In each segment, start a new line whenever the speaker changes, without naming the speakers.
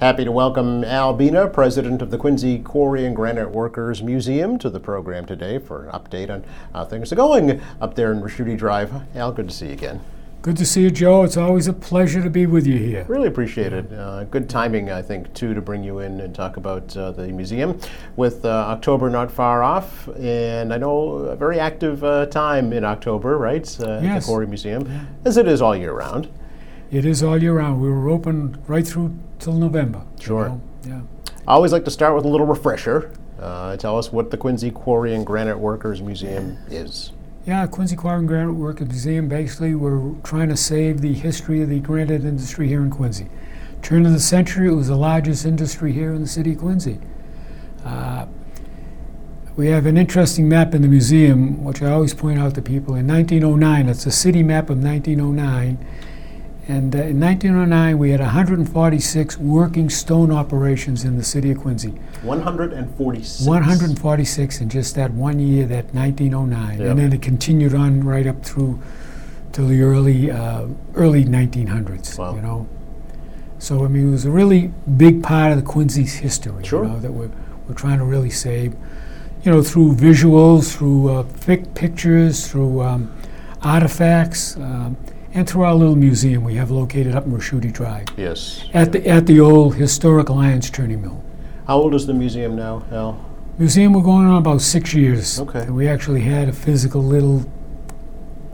Happy to welcome Al Bina, president of the Quincy Quarry and Granite Workers Museum, to the program today for an update on how things are going up there in Raschuti Drive. Al, good to see you again.
Good to see you, Joe. It's always a pleasure to be with you here.
Really appreciate it. Uh, good timing, I think, too, to bring you in and talk about uh, the museum with uh, October not far off. And I know a very active uh, time in October, right? uh, At the
Yes.
Quarry Museum, as it is all year round.
It is all year round. We were open right through till November. you
Sure.
know? Yeah.
I always like to start with a little refresher. Uh, tell us what the Quincy Quarry and Granite Workers Museum is.
Yeah, Quincy Quarry and Granite Workers Museum, basically, we're trying to save the history of the granite industry here in Quincy. Turn of the century, it was the largest industry here in the city of Quincy. Uh, we have an interesting map in the museum, which I always point out to people. In 1909, it's a city map of 1909. And uh, in 1909, we had 146 working stone operations in the city of Quincy.
146.
146 in just that one year, that 1909,
Yep.
and then it continued on right up through to the early uh, early 1900s.
Wow.
You know, so I mean, it was a really big part of the Quincy's history.
Sure.
You know, that we're we're trying to really save. You know, through visuals, through uh, pic- pictures, through um, artifacts, um, and through our little museum we have located up in Raschuti Drive
Yes.
at the at the old historic Lions Turning Mill.
How old is the museum now, Al?
Museum we're going on about six years.
Okay.
that We actually had a physical little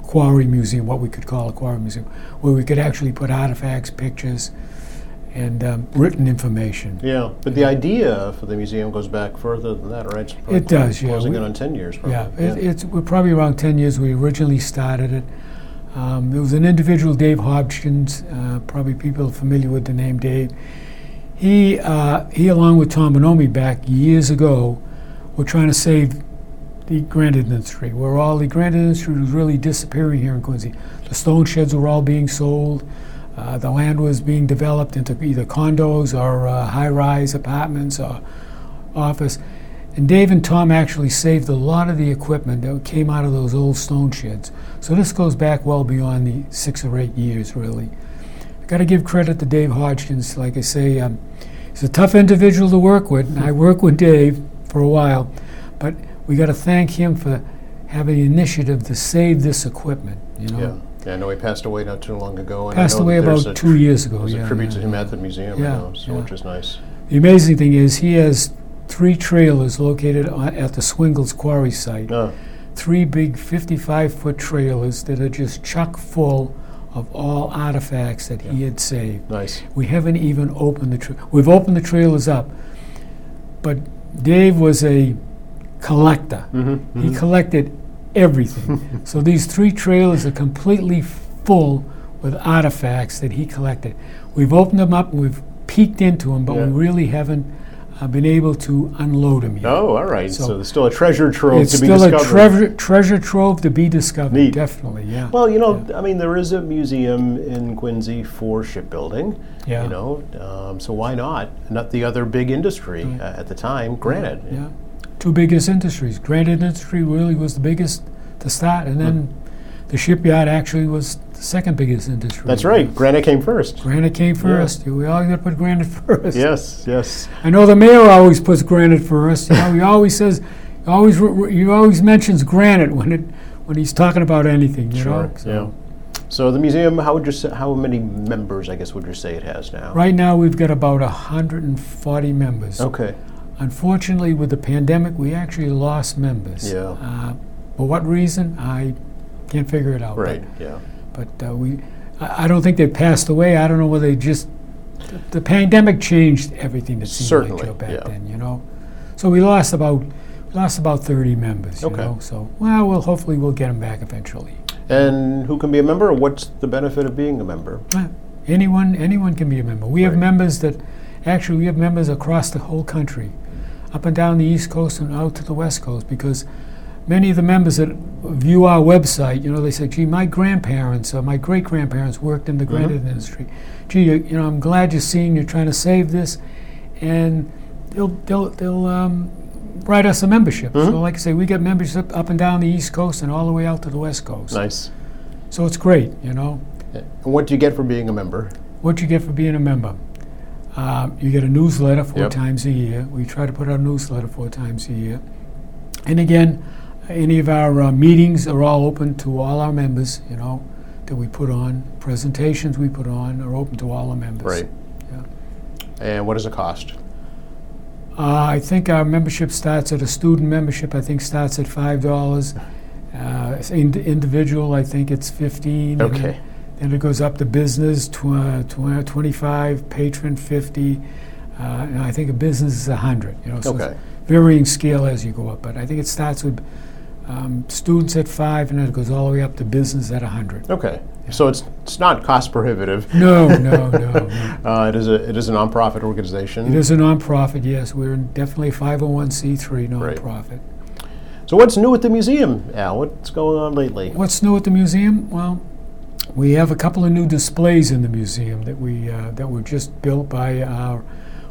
quarry museum, what we could call a quarry museum, where we could actually put artifacts, pictures, and um, written information.
Yeah, but the idea for the museum goes back further than that, right? It's probably
It does, yeah.
Closing
We-
in on 10 years, probably.
Yeah, it, it's we're probably around 10 years we originally started it. Um, there was an individual, Dave Hopkins, uh, probably people familiar with the name Dave. He, uh, he along with Tom Bonomi back years ago, were trying to save the granite industry, where all the granite industry was really disappearing here in Quincy. The stone sheds were all being sold. Uh, the land was being developed into either condos or uh, high-rise apartments or office. And Dave and Tom actually saved a lot of the equipment that came out of those old stone sheds. So this goes back well beyond the six or eight years, really. I got to give credit to Dave Hodgkins. Like I say, um, he's a tough individual to work with. And I worked with Dave for a while, but we got to thank him for having the initiative to save this equipment. You know,
Yeah. Yeah, I know he passed away not too long ago. And I
uh-huh. passed
know
away
that there's a
about two years ago.
There's
yeah,
a tribute
yeah.
to him at the museum,
Yeah,
I know, so,
yeah.
which is nice.
The amazing thing is he has three trailers located on, at the Swingles Quarry site.
Uh,
three big 55 foot trailers that are just chock full of all artifacts that he had saved.
nice.
We haven't even opened the tra- we've opened the trailers up, but Dave was a collector.
Mm-hmm.
He collected everything. so these three trailers are completely full with artifacts that he collected. We've opened them up, we've peeked into them, but
Yeah.
we really haven't uh, been able to unload them yet.
Oh, all right. So,
So-
there's still a treasure trove
It's
to be
still
discovered.
a treasure, treasure trove to be discovered.
Neat.
Definitely, yeah.
Well, you know, I mean, there is a museum in Quincy for shipbuilding.
Yeah.
You know, um, so why not? Not the other big industry uh, at the time, granite.
yeah. Two biggest industries. Granite industry really was the biggest to start, and then the shipyard actually was the second biggest industry.
That's right. Granite came first.
Granite came first. We all got to put granite first.
Yes, yes.
I know the mayor always puts granite first. You know, he always says, he always re- re- he always mentions granite when it when he's talking about anything. You know. So
Yeah. So the museum, how would you say, how many members, I guess, would you say it has now?
Right now we've got about 140 members.
Okay.
Unfortunately, with the pandemic, we actually lost members.
Yeah.
Uh, for what reason? I can't figure it out. but-
Right. Yeah.
But, uh, we, I, I don't think they passed away. I don't know whether they just the, the pandemic changed everything that seemed
Certainly,
like Joe back
yeah.
then. You know, so we lost about we lost about 30 members.
Okay.
You know, so well, we'll hopefully we'll get them back eventually.
And who can be a member? What's the benefit of being a member?
Uh, Anyone, anyone can be a member. We have
Right.
members that, actually, we have members across the whole country, up and down the East Coast and out to the West Coast, because many of the members that view our website, you know, they say, "Gee, my grandparents or my great grandparents worked in the granite industry. Gee, you, you know, I'm glad you're seeing you're trying to save this," and they'll they'll they'll. Um, Write us a membership. So, like I say, we get membership up and down the East Coast and all the way out to the West Coast.
Nice.
So it's great, you know.
And what do you get for being a member?
What you get for being a member? Um, you get a newsletter four
Yep.
times a year. We try to put out a newsletter four times a year. And again, any of our uh, meetings are all open to all our members, you know, that we put on. Presentations we put on are open to all our members.
Right.
Yeah.
And what does it cost?
Uh, I think our membership starts at a student membership. I think starts at five dollars. Uh, it's ind- individual, I think it's fifteen. and then-
Okay.
Then it goes up to business, tw- uh, tw- twenty-five, patron fifty, uh, and I think a business is a hundred. You know, so it's
Okay.
varying scale as you go up. But I think it starts with um, students at five, and then it goes all the way up to business at a hundred.
Okay. So it's it's not cost prohibitive.
No, no, no, no.
Uh, it is a it is a nonprofit organization.
It is a nonprofit. Yes, we're definitely a five hundred one c three
Right.
nonprofit.
So what's new at the museum, Al? What's going on lately?
What's new at the museum? Well, we have a couple of new displays in the museum that we uh, that were just built by our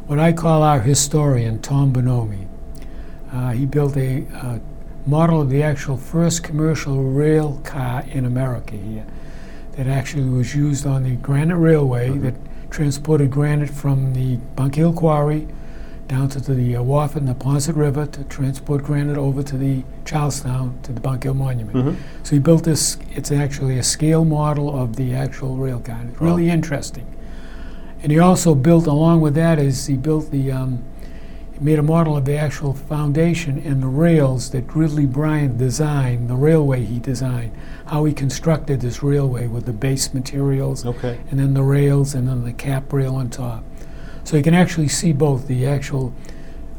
what I call our historian Tom Bonomi. Uh, he built a uh, model of the actual first commercial rail car in America here that actually was used on the Granite Railway that transported granite from the Bunk Hill Quarry down to the uh, Wharf and the Ponset River to transport granite over to the Charlestown to the Bunk Hill Monument.
Mhm.
So he built this, it's actually a scale model of the actual rail car. It's really interesting. And he also built, along with that, is he built the, um, he made a model of the actual foundation and the rails that Gridley Bryant designed, the railway he designed, how he constructed this railway with the base materials
Okay.
and then the rails and then the cap rail on top. So you can actually see both the actual,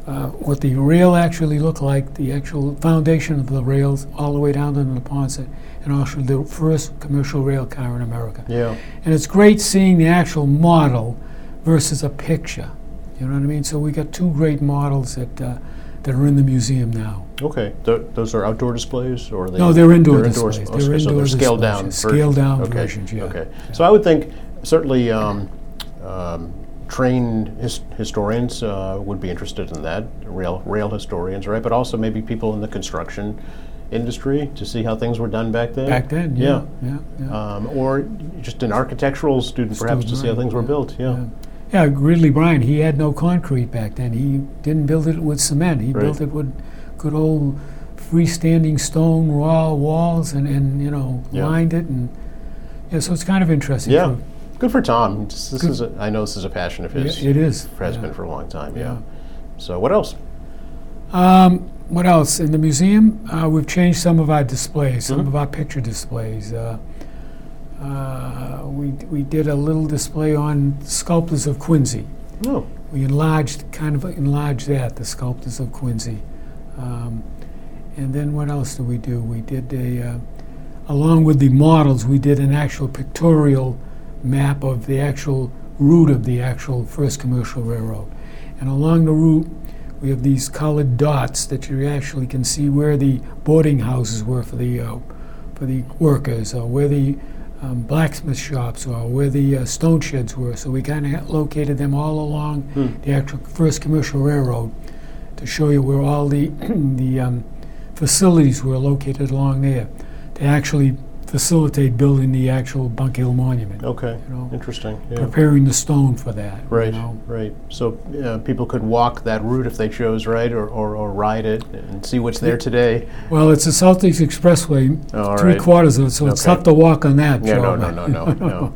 uh, what the rail actually looked like, the actual foundation of the rails all the way down to the Ponset, and also the first commercial rail car in America.
Yeah.
And it's great seeing the actual model versus a picture. You know what I mean? So we got two great models that uh, that are in the museum now.
Okay. Th- those are outdoor displays, or are they
No, they're indoor
indoors.
displays.
Okay,
They're
so
indoor
they're scaled down.
displays.
versions.
Scaled down
okay.
versions, yeah.
Okay. So I would think certainly um, um, trained his- historians uh, would be interested in that. Rail rail historians, right? But also maybe people in the construction industry to see how things were done back then.
Back then, yeah, yeah, yeah.
Um, or just an architectural student, perhaps, to see how
Student,
things were
yeah,
built. Yeah.
Yeah, Ridley Bryan, he had no concrete back then. He didn't build it with cement. He
Right.
built it with good old freestanding stone raw walls and, and you know,
Yeah.
lined it. And yeah, so it's kind of interesting.
Yeah.
for-
Good for Tom. This, this is a, I know this is a passion of his.
it is.
has
yeah.
been for a long time. Yeah.
Yeah.
So what else?
Um, what else? In the museum, uh, we've changed some of our displays, some
Mm-hmm.
of our picture displays. Uh, uh, we, we did a little display on sculptors of Quincy.
No.
we enlarged, kind of enlarged that, the sculptors of Quincy. Um, and then what else did we do? We did a, uh, along with the models, we did an actual pictorial map of the actual route of the actual first commercial railroad. And along the route, we have these colored dots that you actually can see where the boarding houses were for the uh, for the workers, or where the um, blacksmith shops, or where the uh, stone sheds were. So we kind of located them all along the actual first commercial railroad to show you where all the the um, facilities were located along there to actually facilitate building the actual Bunk Hill Monument.
Okay.
You know,
Interesting. Oh, Yeah.
Preparing the stone for that. you
Right.
know.
Right. So uh, people could walk that route if they chose, right, or, or, or ride it and see what's there today.
Well, it's the Southeast Expressway,
All
three
right.
quarters of it, so it's
Okay.
tough to walk on that.
Yeah. No.
Joe,
No.
but-
No. No.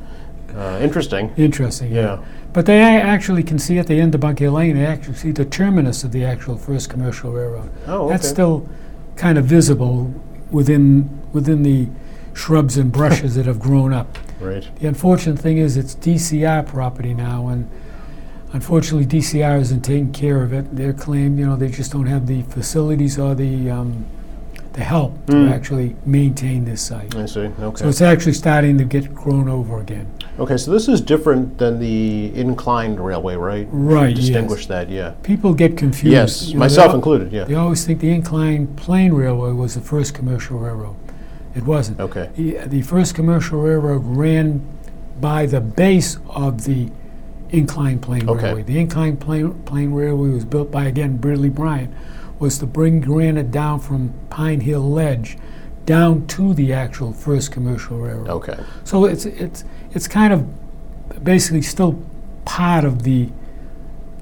No. Uh, interesting.
Interesting.
Yeah.
But they a- actually can see at the end of Bunker Lane, they actually see the terminus of the actual first commercial railroad.
Oh. Okay.
That's still kind of visible within within the shrubs and brushes that have grown up.
right.
The unfortunate thing is it's DCR property now, and unfortunately DCR isn't taking care of it. Their claim, you know, they just don't have the facilities or the um, the help
Mm.
to actually maintain this site.
I see.
So
Okay.
it's actually starting to get grown over again.
okay. So this is different than the inclined railway, right?
Right. yes.
Distinguish that. Yeah.
People get confused.
Yes.
You know, they
myself
al-
included. Yeah.
They always think the inclined plane railway was the first commercial railroad. It wasn't.
Okay.
The, the first commercial railroad ran by the base of the inclined plane
Okay.
railway. The inclined plane, plane railway was built by again Bridley Bryant, was to bring granite down from Pine Hill Ledge down to the actual first commercial railroad.
Okay.
So it's it's it's kind of basically still part of the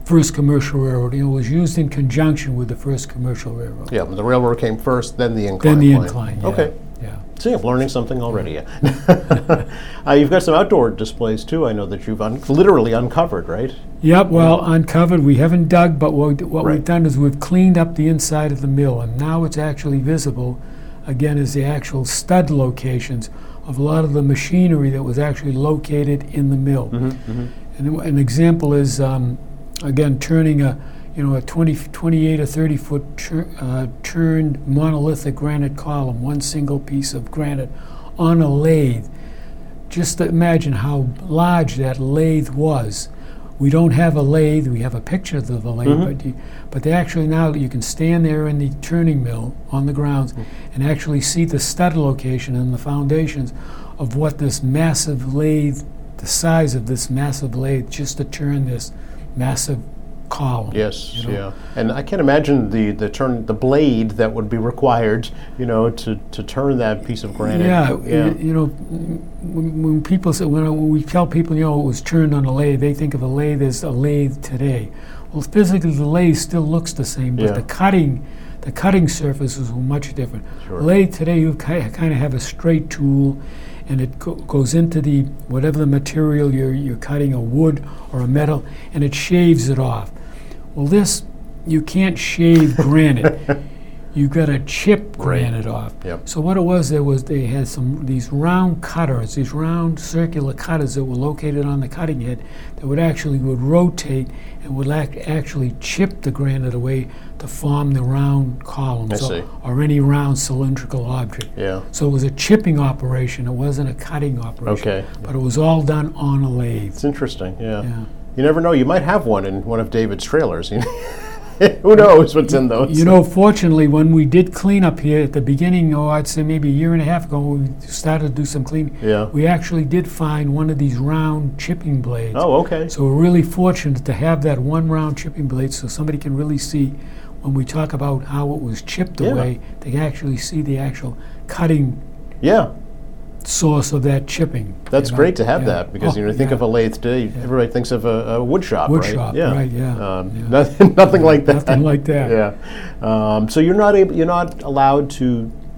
first commercial railroad. You know, it was used in conjunction with the first commercial railroad.
Yeah, the railroad came first, then the incline.
Then the
line.
incline. yeah,
Okay.
Yeah.
See, I'm learning something already. uh, you've got some outdoor displays too. I know that you've un- literally uncovered, right?
Yep, well, uncovered, we haven't dug, but what, what
Right.
we've done is we've cleaned up the inside of the mill, and now it's actually visible again as the actual stud locations of a lot of the machinery that was actually located in the mill. And an example is, um, again, turning a, you know, a 20, 28 or 30 foot tur- uh, turned monolithic granite column, one single piece of granite on a lathe. Just imagine how large that lathe was. We don't have a lathe, we have a picture of the lathe, but, you, but they actually now you can stand there in the turning mill on the grounds and actually see the stud location and the foundations of what this massive lathe, the size of this massive lathe, just to turn this massive column.
Yes.
You know?
Yeah. And I can't imagine the, the turn the blade that would be required, you know, to, to turn that piece of granite.
Yeah, y-
Yeah.
you know, when, when people say, when, when we tell people, you know, it was turned on a lathe, they think of a lathe as a lathe today. Well, physically, the lathe still looks the same, but
Yeah.
the cutting, the cutting surfaces were much different.
Sure.
Lathe today, you kind of have a straight tool, and it go, goes into the whatever the material you're you're cutting, a wood or a metal, and it shaves it off. Well, this you can't shave granite. You've got to chip
Right.
granite off.
Yep.
So what it was, there was they had some these round cutters, these round circular cutters that were located on the cutting head that would actually would rotate and would act, actually chip the granite away to form the round columns
I
or,
see.
or any round cylindrical object.
Yeah.
So it was a chipping operation. It wasn't a cutting operation.
Okay.
But it was all done on a lathe.
It's interesting. Yeah.
Yeah.
You never know. You might have one in one of David's trailers. You- Who knows what's in those?
You know, fortunately, when we did clean up here at the beginning, oh, I'd say maybe a year and a half ago, when we started to do some cleaning.
Yeah.
We actually did find one of these round chipping blades.
oh, okay.
So we're really fortunate to have that one round chipping blade so somebody can really see when we talk about how it was chipped
Yeah.
away, they can actually see the actual cutting
Yeah.
source of that chipping.
That's
you know?
great to have
Yeah.
that because
Oh,
you know think
yeah.
of a lathe today. Everybody thinks of a, a wood shop,
Wood
right?
shop, right, yeah,
Um,
yeah.
Nothing, nothing like that.
Nothing like that.
Yeah. Um, so you're not able, you're not allowed to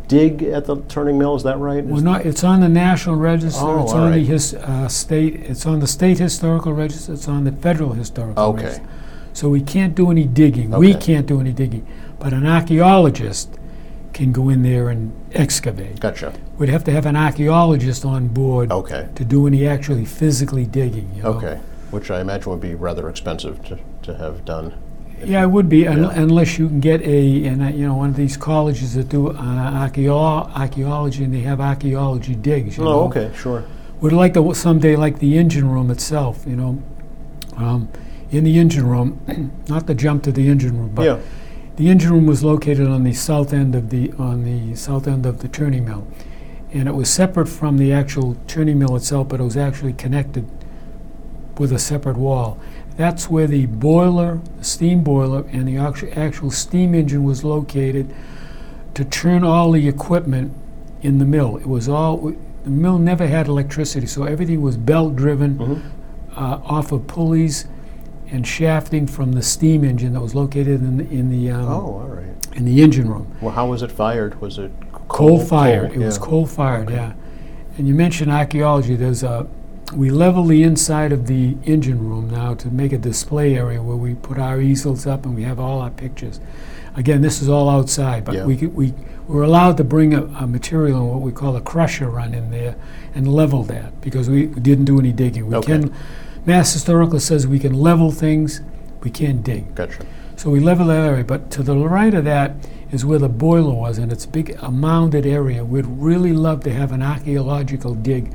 dig at the turning mill. Is that right?
Well, not, it's on the National Register,
Oh,
it's
all
on the
right.
his, uh, state, it's on the state historical register, it's on the federal historical
Okay.
register. So we can't do any digging, we
Okay.
can't do any digging, but an archaeologist can go in there and excavate.
gotcha.
We'd have to have an archaeologist on board
Okay.
to do any actually physically digging, you know.
Oh. Okay. Which I imagine would be rather expensive to, to have done.
Yeah, it would be, un-
Yeah.
unless you can get a, and I- you know, one of these colleges that do uh, archaeo- archaeology, and they have archaeology digs, you know.
Oh, okay. Sure.
Would like to someday like the engine room itself, you know, um, in the engine room, not to jump to the engine room, but
yeah.
the engine room was located on the south end of the on the south end of the turning mill, and it was separate from the actual turning mill itself, but it was actually connected with a separate wall. That's where the boiler, the steam boiler, and the actu- actual steam engine was located to turn all the equipment in the mill. It was all the mill never had electricity, so everything was belt driven uh, off of pulleys and shafting from the steam engine that was located in the, in the um,
Oh, all right.
in the engine room.
Well, how was it fired? Was it
Coal fired. It was
yeah.
coal fired. Yeah. And you mentioned archaeology. There's a we level the inside of the engine room now to make a display area where we put our easels up and we have all our pictures. Again, this is all outside, but
Yeah.
we could, we we're allowed to bring a, a material and what we call a crusher run in there and level that because we, we didn't do any digging. We
Okay.
can Mass Historical says we can level things, we can't dig.
Gotcha.
So we level that area, but to the right of that is where the boiler was, and it's big, a mounded area. We'd really love to have an archaeological dig,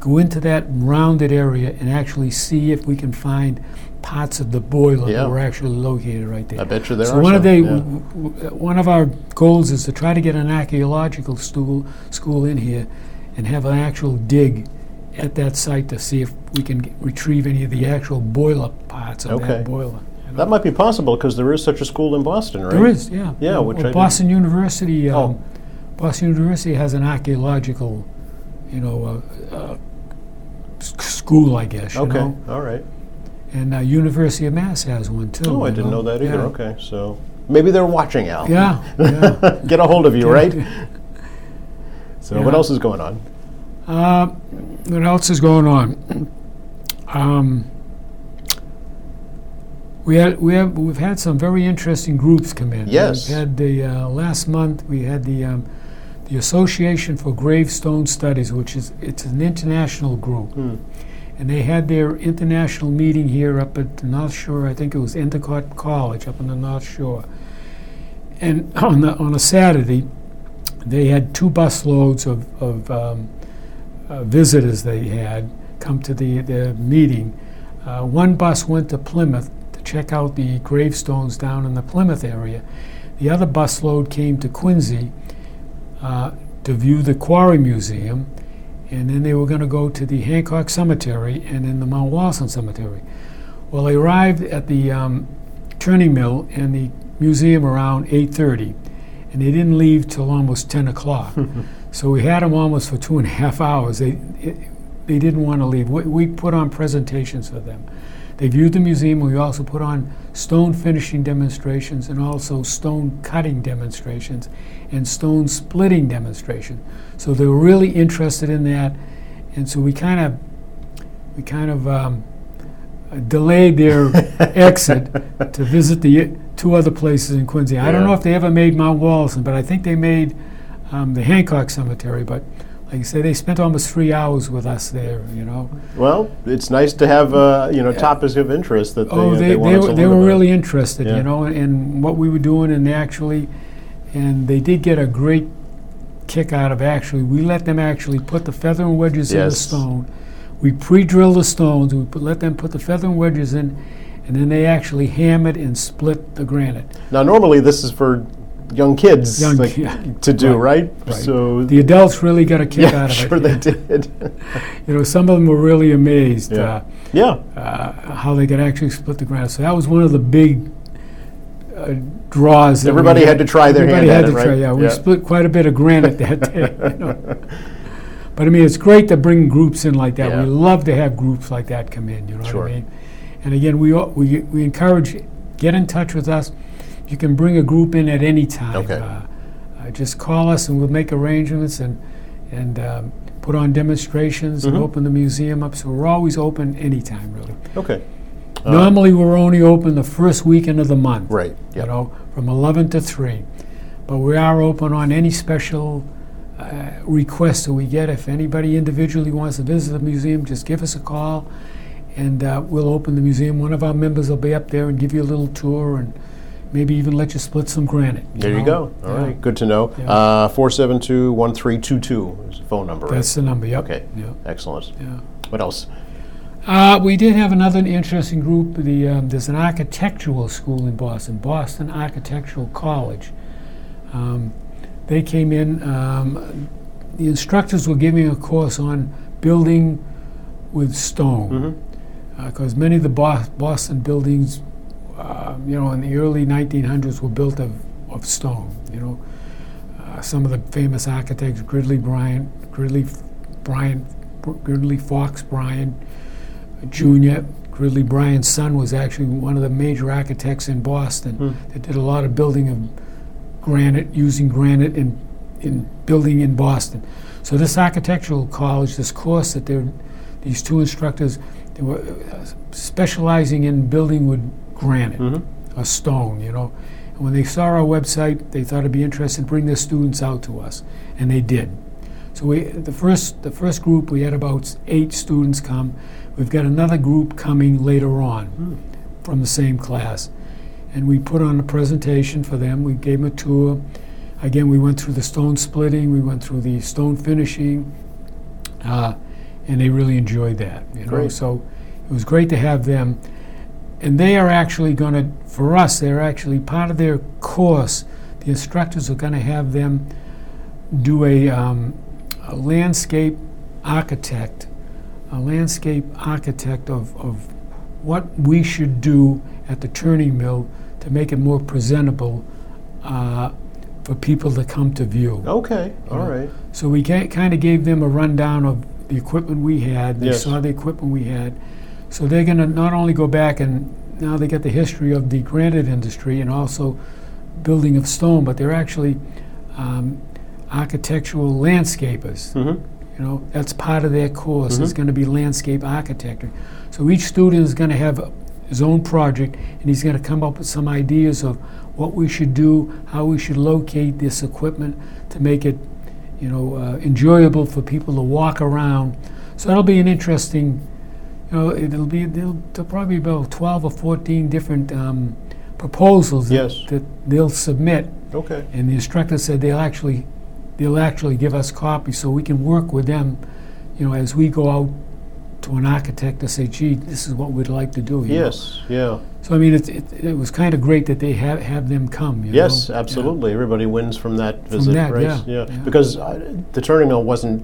go into that rounded area and actually see if we can find parts of the boiler
Yeah.
that were actually located right there.
I bet you there
so
are
one of
some,
the
yeah.
w- w- one of our goals is to try to get an archaeological school school in here, and have an actual dig at that site to see if we can g retrieve any of the actual boiler parts of
Okay.
that boiler.
That might be possible because there is such a school in Boston, right?
There is, yeah.
Yeah,
Well,
which I
well,
didn't-
Boston University. Um,
Oh.
Boston University has an archaeological, you know, uh, uh, s- school, I guess. You
Okay.
know?
All right.
And uh, University of Mass has one too.
Oh, I
you
didn't know that either.
Yeah.
Okay, so maybe they're watching Al.
Yeah, yeah.
Get a hold of you,
Yeah.
right? So what
Yeah.
else is going on?
Uh, what else is going on? Um, we had we have we've had some very interesting groups come in.
Yes.
We've had the uh, last month we had the um, the Association for Gravestone Studies, which is it's an international group,
Hmm.
and they had their international meeting here up at the North Shore. I think it was Endicott College up on the North Shore, and on the, on a Saturday, they had two busloads of of um, uh, visitors they had come to the, the meeting. Uh, one bus went to Plymouth to check out the gravestones down in the Plymouth area. The other busload came to Quincy uh, to view the Quarry Museum, and then they were going to go to the Hancock Cemetery and then the Mount Wilson Cemetery. Well, they arrived at the um, turning mill and the museum around 8:30, and they didn't leave till almost 10 o'clock. So we had them almost for two and a half hours. They, it, they didn't want to leave. We, we put on presentations for them. They viewed the museum. We also put on stone finishing demonstrations and also stone cutting demonstrations and stone splitting demonstrations. So they were really interested in that, and so we kind of we kind of um, delayed their exit to visit the two other places in Quincy. I don't know
Yeah.
if they ever made Mount Wallison, but I think they made um, the Hancock Cemetery. But like I say, they spent almost three hours with us there. You know.
Well, it's nice to have uh, you know topics of interest that they
Oh,
uh,
they,
they,
they,
wanted
were,
to
they
learn
were
about.
really interested,
Yeah.
you know, in what we were doing and actually, and they did get a great kick out of actually. We let them actually put the feather and wedges in the
Yes.
stone. We pre-drilled the stones. We put, let them put the feather and wedges in, and then they actually hammered and split the granite.
Now, normally this is for young kids
Young
like,
kid.
to do, right?
right.
So
The adults really got a kick
yeah,
out of
sure
it.
they did.
You know, some of them were really amazed.
Yeah.
Uh,
yeah,
uh, how they could actually split the ground. So that was one of the big uh, draws. That we
Everybody had to try their
everybody
hand
had
at
to
it,
try.
right?
Yeah, we
Yeah.
split quite a bit of granite that day. you know. But I mean, it's great to bring groups in like that.
Yeah.
We love to have groups like that come in. You know
Sure.
what I mean? And again, we all- we we encourage get in touch with us. You can bring a group in at any time.
Okay.
Uh, uh, just call us and we'll make arrangements and and um, put on demonstrations
Mhm.
and open the museum up. So we're always open anytime, really.
okay, Uh,
Normally, we're only open the first weekend of the month.
right,
You
yeah,
know, from 11 to 3. But we are open on any special uh, requests that we get. If anybody individually wants to visit the museum, just give us a call and uh, we'll open the museum. One of our members will be up there and give you a little tour and maybe even let you split some granite.
there you
know?
go. All right,
Yeah.
good to know.
Yeah.
Uh, Four seven two one three two two is the phone number. right?
That's the number, yep.
okay,
Yeah,
excellent.
yeah.
What else?
Uh, we did have another interesting group. The, um, there's an architectural school in Boston, Boston Architectural College. Um, they came in. Um, the instructors were giving a course on building with stone,
Mhm.
because many of the Bo- Boston buildings, uh, you know, in the early 1900s were built of, of stone. You know, uh, some of the famous architects, Gridley Bryant, Gridley Bryant, Gridley Fox Bryant, Jr. Gridley Bryant's son was actually one of the major architects in Boston that did a lot of building of granite, using granite in, in building in Boston. So this architectural college, this course that they're, these two instructors, they were uh, specializing in building with granite
Mhm.
a stone, you know. And when they saw our website, they thought it'd be interesting to bring their students out to us, and they did. So we, the first, the first group, we had about eight students come. We've got another group coming later on from the same class, and we put on a presentation for them. We gave them a tour. Again, we went through the stone splitting, we went through the stone finishing, uh, and they really enjoyed that. You know,
Great.
so it was great to have them and they are actually going to for us they're actually part of their course the instructors are going to have them do a, um, a landscape architect a landscape architect of, of what we should do at the turning mill to make it more presentable uh, for people to come to view
Okay, all right.
so we kind of gave them a rundown of the equipment we had. They
Yes.
saw the equipment we had. So they're going to not only go back and now they get the history of the granite industry and also building of stone, but they're actually um, architectural landscapers.
Mm-hmm.
You know, that's part of their course. It's
Mhm.
going to be landscape architecture. So each student is going to have his own project, and he's going to come up with some ideas of what we should do, how we should locate this equipment to make it, you know, uh, enjoyable for people to walk around. So that'll be an interesting. You know, it'll be there'll, there'll probably be about twelve or fourteen different um, proposals that-
Yes.
that they'll submit
Okay.
and the instructor said they'll actually, they'll actually give us copies so we can work with them, you know, as we go out to an architect to say, gee, this is what we'd like to do. you know.
Yes. Yeah.
So I mean, it, it, it was kind of great that they have, have them come, you know.
Yes,
Yeah.
absolutely. Everybody wins from that visit,
that,
right?
yeah, yeah.
because uh, the turning mill wasn't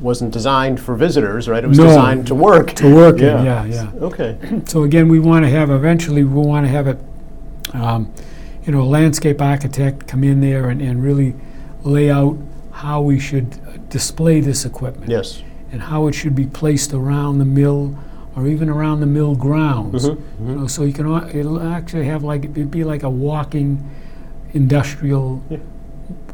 wasn't designed for visitors, right? It was
No.
designed to work.
To work, in,
Yeah.
yeah, yeah.
Okay.
So again, we want to have, eventually, we want to have it, um, you know, a landscape architect come in there and, and really lay out how we should uh, display this equipment.
Yes.
and how it should be placed around the mill or even around the mill grounds.
Mhm,
You know, so you can, al- it'll actually have like, it'd be like a walking industrial
Yeah.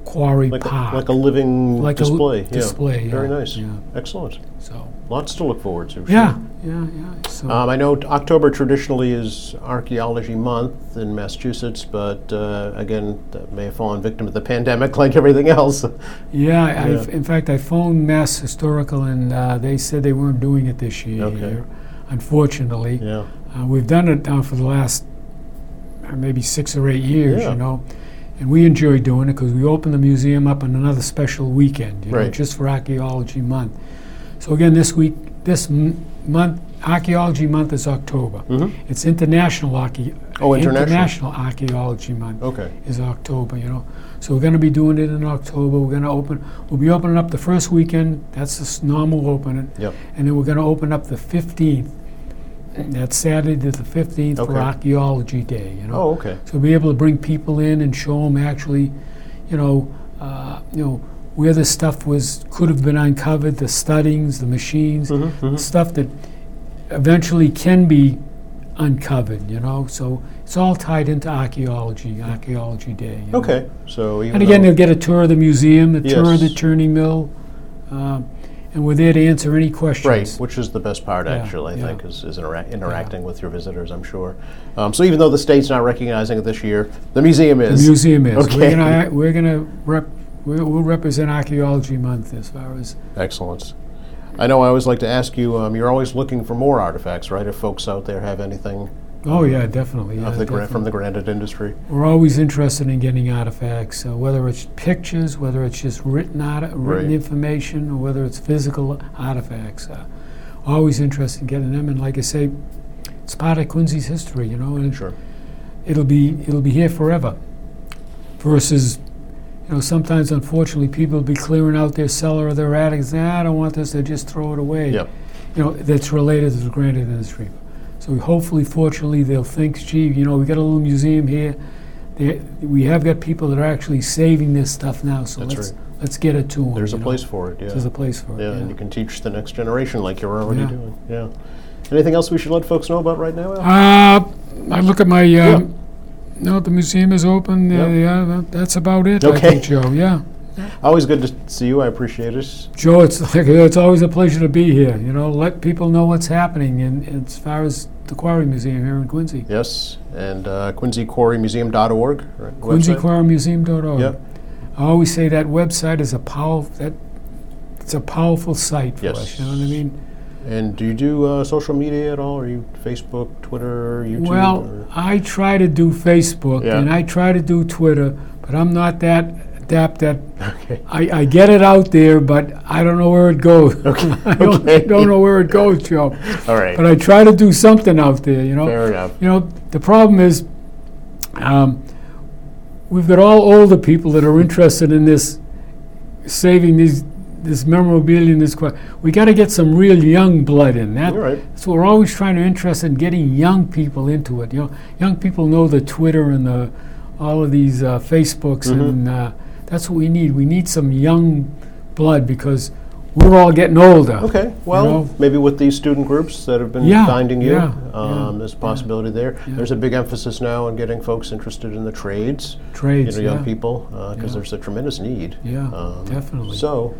quarry
Like a,
park.
like a living
Like a l-
display. yeah.
display,
Very
yeah,
nice.
yeah.
Excellent.
So,
Lots to look forward to. sure.
yeah, yeah, yeah. So,
Um, I know t- October traditionally is Archaeology Month in Massachusetts, but uh, again, that may have fallen victim to the pandemic like everything else.
yeah, I-
yeah.
I've, in fact, I phoned Mass Historical and uh, they said they weren't doing it this year,
Okay.
unfortunately.
yeah.
Uh, we've done it now for the last uh, maybe six or eight years,
Yeah.
you know, and we enjoy doing it because we open the museum up on another special weekend, you know,
Right.
just for Archaeology Month. So again, this week, this m- month, Archaeology Month is October.
Mhm.
It's International Archae-
Oh, international.
International Archaeology Month
Okay.
is October, you know. So we're going to be doing it in October. We're going to open. We'll be opening up the first weekend. That's the s- normal opening.
Yep.
And then we're going to open up the 15th. That's Saturday the 15th for
Okay.
Archaeology Day, you know.
Oh, okay.
So be able to bring people in and show them actually, you know, uh, you know where the stuff was could have been uncovered, the studdings, the machines,
Mhm, mhm.
stuff that eventually can be uncovered, you know. So it's all tied into archaeology, Archaeology Day. you know.
Okay. So even
And again,
though-
they'll get a tour of the museum, a tour of the
Yes.
turning mill, um, and we're there to answer any questions.
Right, which is the best part,
Yeah,
actually, I
yeah.
think, is, is intera- interacting with your visitors, I'm sure. Um, so even though the state's not recognizing it this year, the museum
The
is.
museum is.
Okay.
We're gonna, we're gonna rep, we'll we'll represent Archaeology Month as far as,
Excellent. I know I always like to ask you, um, you're always looking for more artifacts, right? If folks out there have anything
oh yeah, definitely. yeah,
of the gra-
definitely.
from the granite industry.
We're always interested in getting artifacts, so whether it's pictures, whether it's just written arti- written
Right.
information, or whether it's physical artifacts. Uh, always interested in getting them, and like I say, it's part of Quincy's history, you know, and
Sure.
it'll be it'll be here forever. Versus, you know, sometimes unfortunately people will be clearing out their cellar or their attic. And say, "Ah, I don't want this. They just throw it away.
Yep.
You know, that's related to the granite industry. So hopefully, fortunately, they'll think, gee, you know, we got a little museum here. There, we have got people that are actually saving this stuff now. So
That's
let's
right.
let's get it to them.
There's a place for it, yeah.
There's a place for
yeah,
it.
and you can teach the next generation like you're already
Yeah.
doing. Yeah. Anything else we should let folks know about right now? Al?
Uh, I look at my. Uh,
Yeah.
No, the museum is open.
Yeah.
Yeah, yeah that, that's about it. I
Okay.
think, Joe. Yeah.
Always good to see you. I appreciate it.
Joe, it's like, it's always a pleasure to be here. You know, let people know what's happening, in, as far as the Quarry Museum here in Quincy,
Yes. And uh, QuincyQuarryMuseum.org. Right, website.
QuincyQuarryMuseum.org.
Yep.
I always say that website is a powerful that it's a powerful site for
Yes.
us. You know what I mean?
And do you do uh, social media at all? Are you Facebook, Twitter, YouTube?
Well,
or-
I try to do Facebook
Yeah.
and I try to do Twitter, but I'm not that adept at.
okay.
I, I get it out there, but I don't know where it goes.
Okay.
I don't,
Okay.
don't know where it goes, Joe.
All right.
But I try to do something out there. You know.
Fair enough.
You know, the problem is, um, we've got all older people that are interested in this, saving these, this memorabilia and this. Qu- we got to get some real young blood in that.
All right.
So we're always trying to interested in getting young people into it. You know, young people know the Twitter and the all of these uh,
Mm-hmm.
Facebooks, and uh, that's what we need. We need some young blood because we're all getting older.
Okay, well,
know?
maybe with these student groups that have been
Yeah,
finding you,
yeah,
um,
yeah,
there's a possibility there. There's a big emphasis now on getting folks interested in the trades,
Trades,
you know, young
yeah.
people, because
Yeah.
there's a tremendous need.
Yeah,
Um,
definitely.
So,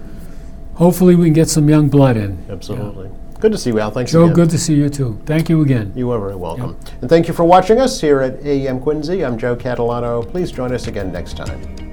Hopefully, we can get some young blood in.
absolutely. Good to see you, Al. Thanks
Joe,
again.
good to see you too. Thank you again.
You are very E welcome. And thank you for watching us here at AM Quincy. I'm Joe Catalano. Please join us again next time.